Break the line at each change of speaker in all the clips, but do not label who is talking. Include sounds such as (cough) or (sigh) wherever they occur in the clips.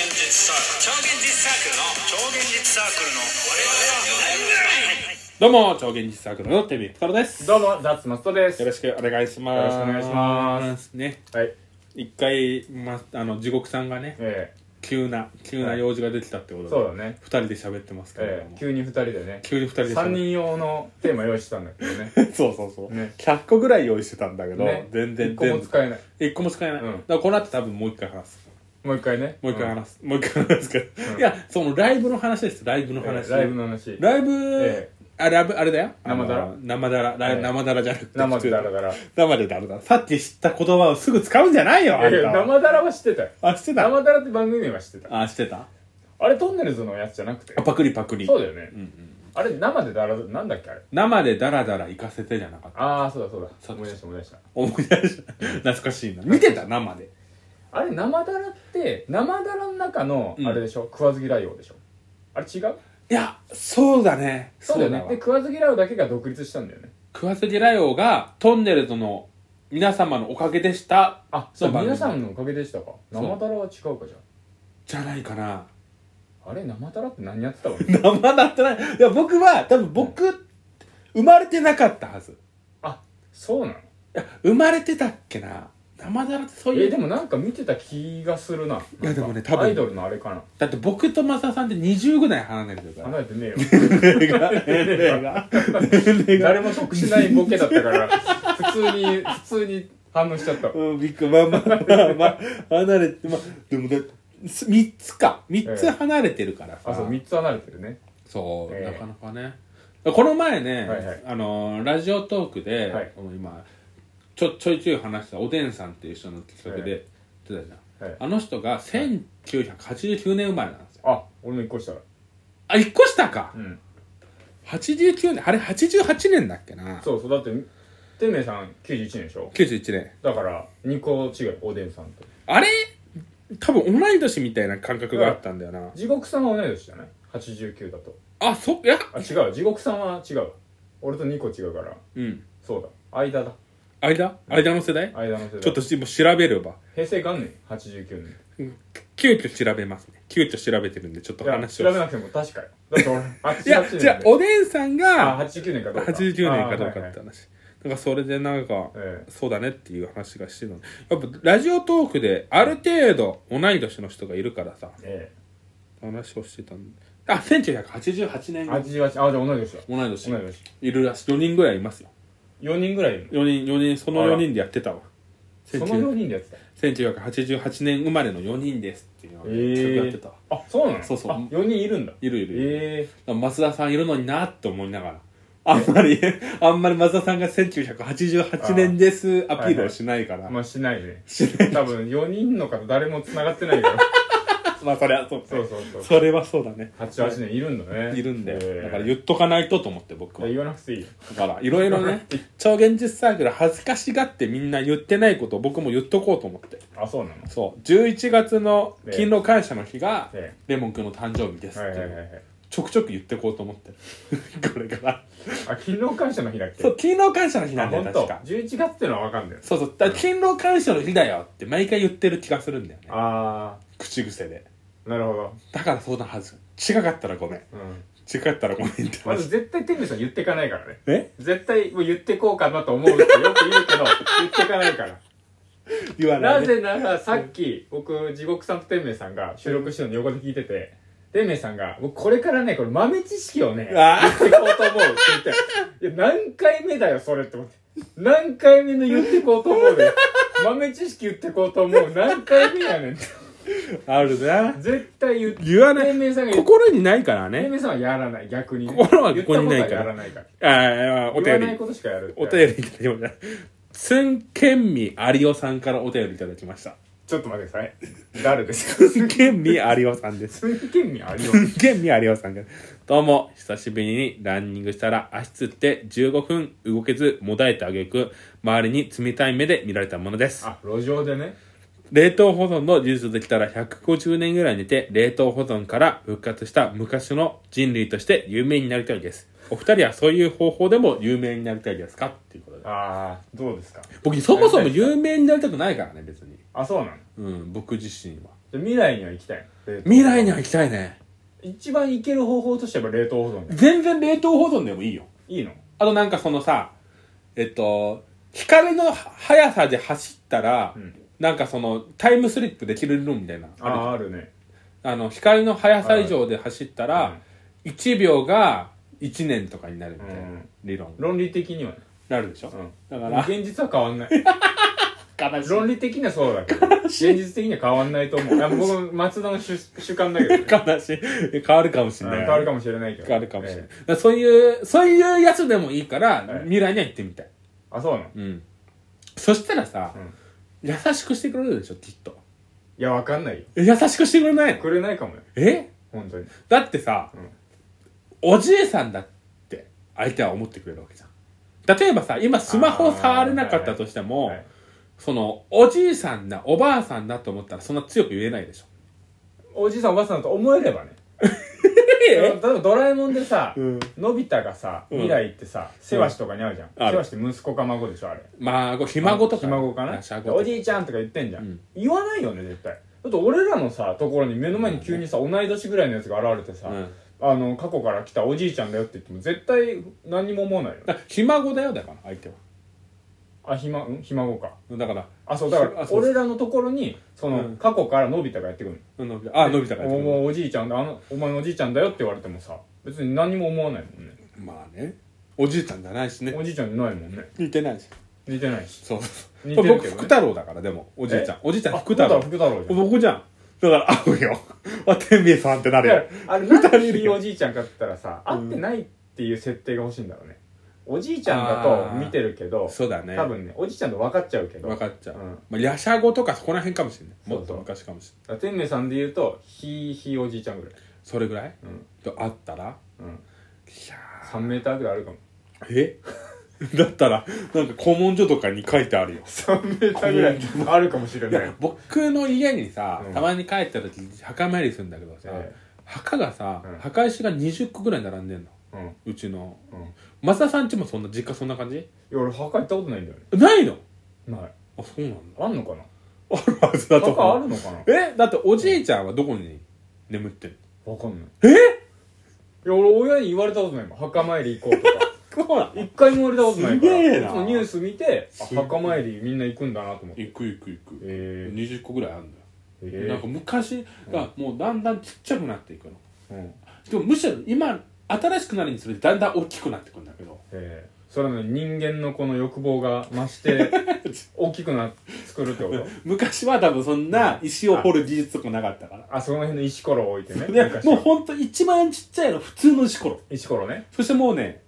超現実サークルの超現実サークルの
どうも、超現実サークルのテミフカロです。
どうも、ザッツマストです。
よろしくお願いします。。
よろしくお願いします
ね、
はい。
一回、ま、あの、地獄さんがね、
え
急な、急な用事ができたってことで、
えそう
二、
だね。
人で喋ってますけれど
え
も、
え急に二人でね。
急に二人で
三
喋っ
人用のテーマ用意してたんだけどね。
て、 (laughs) そうそうそう、
ね
100個ぐらい用意してたんだけど、
ね
(laughs) 全
一
然、
個も
全部、
使えない。
一個も使えない。
うん
だからこの後多分もう一回話す。
もう一回ね。
もう一回
ん
話す。もう一回話すけど、いや、そのライブの話です、ライブの
え
話。
えライブの話。
ライブ、
え
あ、ライブ、あれだよ。
生だら
あの生だら、ライブ
ええ
生だらじゃなくて。
生でだらだら。
生でだろだろさっき知った言葉をすぐ使うんじゃないよあん
いやいや
た
生だらは知ってたよ。
あ知ってた
生だらって番組は知ってた。
あ知ってた
あれ、トンネルズのやつじゃなくて
あ。パクリパクリ
そうだよね
んうん。
あれ、生でだら、なんだっけあれ。
生でダラダラ行かせてじゃなかった
ああ、そうだそうだ。
そう
思い出した思い出した。
思い出した懐かしいな見てた生で
あれ、生だらって、生だらの中の
う、ん
あれでしょ食わず嫌い王でしょあれ違う
いやそうだね
そうだよね
わ。
で、食わず嫌い王だけが独立したんだよね。
食わず嫌い王がトンネルズの皆様のおかげでした
あそう
の番組
皆さんのおかげでしたか
そう
生だらは違うかじゃ
じゃないかな
ああれ生だらって何やってたわ
生だってないいや僕は多分僕生まれてなかったはずい
あそうなの
や生まれてたっけな生だらってそうい
え
う
でもなんか見てた気がするない
やでもね多分
アイドルのあれかな
だって僕と増田さんって20ぐらい離れてるから
離れてね
年齢が年齢が
えよ誰も得しないボケだったから普通に普通に反応しちゃったわ
うんびっくりまあまあまあ離れてまあでもだ3つか3つ離れてるからさ、
あそう3つ離れてるね
そう、
ええ
なかなかねこの前ね、
はいはい
あのーラジオトークで、
はい
この今ちょちょいちょい話したおでんさんっていう人の企画で、
は
言ってたじゃん、
はい
あの人が1989年生まれなんですよ
あ俺の1個したら
あ1個下か
うん
89年あれ88年だっけな
そうそうだっててめえさん91年でしょ
91年
だから2個違うおでんさんと
あれ多分同い年みたいな感覚があったんだよな、
地獄さんは同い年じゃない89だと
あそいや
あ違う地獄さんは違う俺と2個違うから
うん
そうだ間だ
間間の世代、
間の世代
ちょっとしもう調べれば
平成元年89年
急遽調べますね急遽調べてるんでちょっと
いや
話
調
を
べなくても確かよだって俺
(laughs) いや
88年
じゃあおでんさん
あ
が
89年かどうか
89年かどうか
あはいは
っ
い
て話、なんかそれでなんか、
ええ
そうだねっていう話がしてるのやっぱラジオトークである程度同い年の人がいるからさ
え
話をしてたんであ1988
え
年
88あじゃあ同い年だ
同い年
同い年
いるらしい4人ぐらいいますよ
4人ぐらいいる
4人4人その4人でやってたわ
のその4人でやってた
1988年生まれの4人ですっていうのを
えー
企画やってたわ、
あそうなの
そうそう
あ4人いるんだ
いるいるいる、
ええ
増田さんいるのになって思いながらあんまりあんまり増田さんが1988年ですアピールをしないから、
まあしないね多分4人の方誰も繋がってな
(laughs)
いから
まあそれはそう
そうそうそう
それはそうだね
88年いるんだね
(laughs) いるんだよ、
ええ
だから言っとかないとと思って僕はい
や言わなくていいよ
だからいろいろ (laughs) ね超現実サークル恥ずかしがってみんな言ってないことを僕も言っとこうと思って
あそうなの
そう11月の勤労感謝の日が
ええ
レモン君の誕生日ですっ
はい
て
はい
いう、
はいはい
ちょくちょく言ってこうと思って (laughs) るこれから
あ勤労感謝の日だっけ
そう勤労感謝の日な
あ
んだよ
本当
確か
11月ってのはわかんない
そうそうだから勤労感謝の日だよって毎回言ってる気がするんだよね
あ
口癖で
あなるほど、
だからそうなはず違かったらごめん
うん、
違かったらごめんって
まず
話
絶対天狗さん言ってかないからね
え
絶対もう言ってこうかなと思うってよく言
(laughs)
うけど言ってかないから
言わ (laughs) ない
な
ね
ぜならさっき僕地獄さんと天明さんが収録してるの横で聞いてて天明さんが「僕これからねこれ豆知識をね言
あー
ってこうと思う」って言って「いや何回目だよそれ」って思って何回目の言ってこうと思
(laughs)
うで豆知識言ってこうと思う何回目やねんって
あるな
絶対言って
言わない
天明さんが言って
心にないから
天
ね
明さんはやらない逆にね
心はここにないから
言ったことはやらない
あー
から
あーお
言わ
便
ない
り
ことしかやる
お便りいただきましたつんけんみありおさんからお便りいただきました
ちょっと待ってください誰ですか (laughs)
つんけんみありおさんです
すんげえ味
(laughs)
ありよ
つんけんみありおさんからどうも久しぶりにランニングしたら足つって15分動けずもだえてあげく周りに冷たい目で見られたものです
あ路上でね
冷凍保存の技術できたら150年ぐらい寝て、冷凍保存から復活した昔の人類として有名になりたいです。お二人はそういう方法でも有名になりたいですかっていうことで。
ああどうですか
僕、そもそも有名になりたくないからね、別に。
あそうなの
うん、僕自身は。
じで未来には行きたいの冷凍
未来には行きたいね。
一番行ける方法としてはやっぱ冷凍保存だよ
全然冷凍保存でもいいよ。
いいの
あとなんかそのさ、えっと、光の速さで走ったら、
ん
なんかそのタイムスリップできるのみたいな。
あああるね
あの、光の速さ以上で走ったら、1秒が1年とかになるみたいな
うん
理論。
論理的にはね
なるでしょ、
う
だ
ん
から、
現実は変わ
(laughs)
んない論理的にはそうだけど現実的には変わんないと思ういや僕松田の主主観だけ
(laughs)
どね
悲しい。変わるかもし
う
れ
ん
ない。
変わるかもしれないけど
変わるかもしれない。
ええ
だからそういう、そういうやつでもいいから、
はい
未来には行ってみたい。
あそうなの
うん。そしたらさ、優しくしてくれるでしょ、きっと。
いやわかんないよ
え優しくしてくれないの
くれないかもよ
え
本当に
だってさ、
ん
おじいさんだって相手は思ってくれるわけじゃん。例えばさ、今スマホ触れなかったとしても、
はい
その、おじいさんだ、おばあさんだと思ったらそんな強く言えないでしょ。
おじいさんおばあさんだと思えればね例えばドラえもんでさ、
ん
のび太がさ未来ってさ、世話しとかに会うじゃん、
ある
世話して息子か孫でしょあれ
まあ、こうひ孫とか。
ひ孫かな
あ孫とか
おじいちゃんとか言ってんじゃん、言わないよね絶対だって俺らのさところに目の前に急にさ、同い年ぐらいのやつが現れてさ、
うん
あの過去から来たおじいちゃんだよって言っても絶対何にも思わないよね
だからひ孫だよ、だから、相手は。
あひまうんひ孫か
だから、
あそうだか
あ
ら
そう
俺らのところにその、
うん
過去からのび太がやってくる
のびあ、のび太が
お
やってくる
もうおじいちゃんだあのお前のおじいちゃんだよって言われてもさ別に何も思わないもんね
まあね。おじいちゃんじゃないしね。
おじいちゃんじゃないもんね
似てないし。
似てないし
そうそう。
似
こ
て
れ
る
僕、
けどね
福太郎だから、でも、おじいちゃん
え。
おじいちゃん、
あ
福太郎。
福太郎じゃん
僕じゃん。だから、会うよ。 (laughs) あ、天明さんってなる
だか
よ
ら。あれなんでひいおじいちゃんかって言ったらさ会ってないっていう設定が欲しいんだろうねおじいちゃんだと見てるけど
そうだね。
多分ねおじいちゃんと分かっちゃうけど
分かっちゃう。
うん
まあ、ヤシャゴとかそこら辺かもしれない。
そうそう
もっと昔かもしれない。
だから天明さんで言うとひいひいおじいちゃんぐらい
それぐらい
うん
と会ったら
うん
いや
3メーターぐらいあるかも (laughs)
ーえ (laughs) だったら、なんか古文書とかに書いてあるよ。
3メーターぐらいあるかもしれ
い
な
や
い、
僕の家にさ
う、ん
たまに帰った時、墓参りするんだけどさ、
え
墓がさ
うん、
墓石が20個ぐらい並んでんの。
えうん
うちの。
うん
松田さんちもそんな、実家そんな感じ
いや俺墓行ったことないんだよね
ないの
ない
あ、そうなんだ。
あんのかな
あるはずだと
墓あ
思
る
う。
のかな
えだっておじいちゃんはどこに眠ってんの
分かんないえいや俺親に言われたことないもん墓参り行こうと
(laughs)
か
そうな
一回も言われたことないか
すげえ
ら
な
そのニュース見てあ
すげえ
墓参りみんな行くんだなと思って
行く行く行く。
え
20個ぐらいあるんだよ。
え
なんか昔がもうだんだんちっちゃくなっていくの
うん
でもむしろ今新しくなるにつれてだんだん大きくなってくんだけど
えー、それなのに人間のこの欲望が増して
(laughs)
大きくな作るってこと
昔は多分そんな石を掘る技術とかなかったから
あその辺の石ころを置いてね
で
昔
もう
は
ほんと一番ちっちゃいの普通の石ころ
石ころね
そしてもうね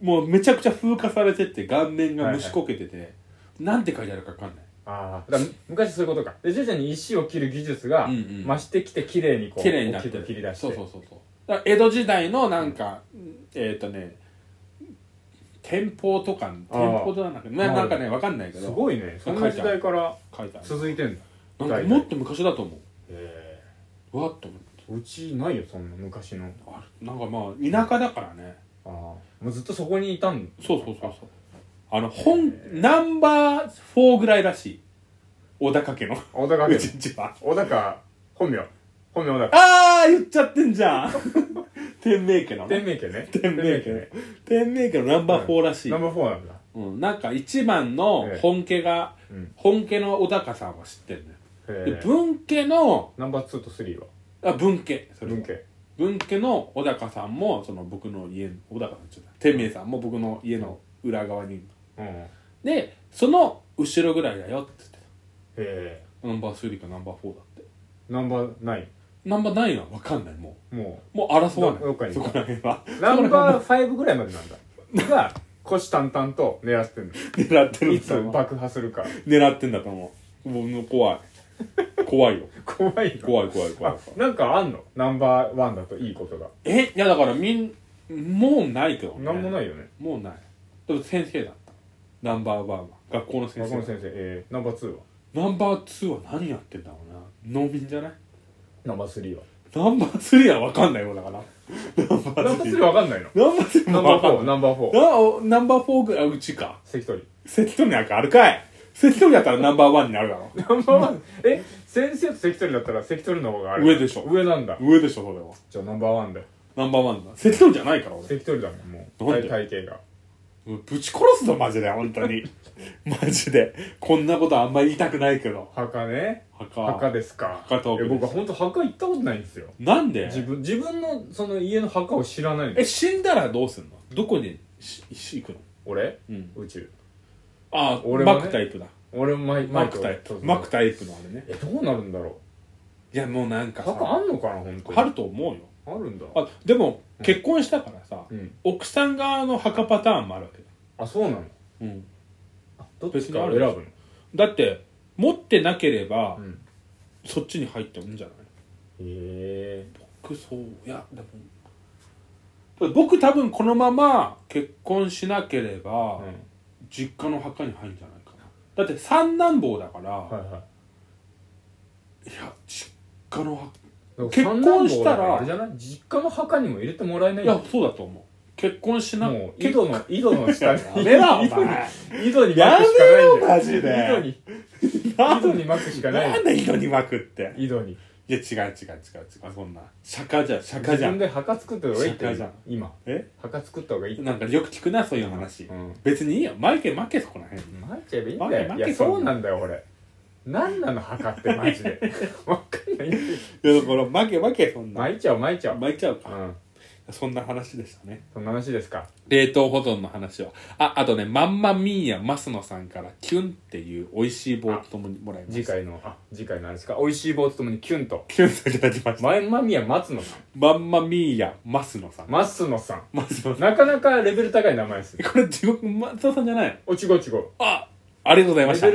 もうめちゃくちゃ風化されてって顔面が虫こけてて、なんて書いてあるか分かんない
ああだから昔そういうことかで徐々に石を切る技術が
うんうん
増してきて綺麗にこう
綺麗になって
大きく切り出して
そうそうそうそうだから江戸時代のなんか、えっ、とね天保とか
あー
天保とかなんかななんかねわかんないけど
すごいね
そ
そ
ん
ん
な
な
時
時
代
代から
書いてある
続いてんだ
なんかもっと昔だと思
え
うわっと思って
ーうちないよそんな昔の
あれなんかまあ田舎だからね
ああもうずっとそこにいたん
そうそうそうそうあの本ナンバー4ぐらいらしい小高家の
小高
う
家
ちんちは
小高本名本名小高
あー言っちゃってんじゃ (laughs) ん天明家なの
天明家ね
天明家ね天明家のナンバー4らしい、
ナ
う
ン
ん
バーフォーなんだ
なんか一番の本家が、
ええうん
本家の小高さんは知ってるのよ、で
へえ
文家の
ナンバー2と3は
あ文家それは
文系
文家の小高さんもその僕の家の小高さんちょっと天明さんも僕の家の裏側にいる
うんへ
のでその後ろぐらいだよって言って
え
たナンバー3かナンバー4だって
ナンバー9
ナンバー9は分かんないも
も
うもう争わ
どどっ
な
か
い (laughs)
に
そこら辺は
うナンバー5ぐらいま
(laughs)
でなんだが虎視眈々と狙ってんの
狙ってるん
い
だ
つ
と思う
爆破するか
狙ってんだと思うもう怖い怖いよ
怖いの
怖い怖い怖い
あなんかあんのナンバー1だといいことが
えいやだからみんもうないけど、ね、
なんもないいよね
もうないでも先生だったナンバーワンは学校の先
中
生
野先生えーナンバー2は
ナンバー2は何やってんだろうな農民じゃない
ナンバー3は
ナンバー3は分かんないよだからナンバ
ナ
ー
ンバー
3
3わか
(laughs)
んないの
ナンバー3
ナン
も分
バ
か
ー4
んない
ナンバー4
なおナンバー4ぐらいうちか
関取
(laughs) 関取なんかあるかい関取だったらナンバーワンになるだろ
ナンバー1え先生と関取だったら関取の方があれ
上でしょ
上なんだ
上でしょそれは
じゃあナンバーワンだよ
ナンバーワンだ関取じゃないから俺
関取だもんもう
なんで
体体型が
ぶち殺すぞマジで本当 (laughs) にマジでこんなことあんま言いたくないけど
墓ね
墓
墓ですか
墓トーク
い
です
や僕は本当墓行ったことないんですよ
なんで
自分自分のその家の墓を知らないんで
え
す
死んだらどうすんのどこにしし行くの
俺、
うん
宇宙
ああ、
俺はね
マックタイプだ
俺もマイ
マックタイプマック
タ
タイプのあれね
えどうなるんだろ
いやもうなん
う
か
墓あ
さ
んのかな本当に
あると思うよ
あるんだ
あでも結婚したからさ、
うん
奥さん側の墓パターンもあるわけだ、
あそうなの
うん、
あどっ
別
ち
に
か
あ
を
る
選ぶの
だって持ってなければ、
うん
そっちに入ってもいいんじゃない
へえ
僕そういやでも僕多分このまま結婚しなければ、
うん
実家の墓に入るんじゃないかなだって三男坊だから、
はいはい
いや実家の墓
結
婚したら
あれじゃない実家の墓にも入れてもらえない
いやそうだと思う結婚しな
もう井
結
戸の井戸の下に
やめ
(laughs)
ろお前
井戸に井戸に巻くしかな
や
いんだよ
めろマジで
井戸に井戸に巻くしかない
なんで井戸に巻くって
井戸に
いや違う違う違う違うそんな釈迦じゃん釈迦
自
じゃ
分
ん
で墓作った方がいいって
釈迦じゃん
今
え
墓作った方がいいって
なんかよく聞くなそういう話、
うん
別にいいよマイケル負けそこらへん
巻いちゃえばいいんだよ
巻
い
け
やそうなんだよ俺何なの墓ってマ
(laughs)
ジでわかんない
いやだから負け負けそんな
巻いちゃう巻いちゃう
巻いちゃうか
う、ん
そんな話でしたね
そんな話ですか
冷凍保存の話はああとねまんまみーやますのさんからキュンっていう美味しい棒とともにもらいま
次
した
回のあ次回のあれですか美味しい棒とともにキュンと
キュンといただきました
前間宮松野さん
まんまみーやますのさん
松野さん
ますのさん
なかなかレベル高い名前ですね
これ地獄松野さんじゃない
おちごちご
あありがとうございました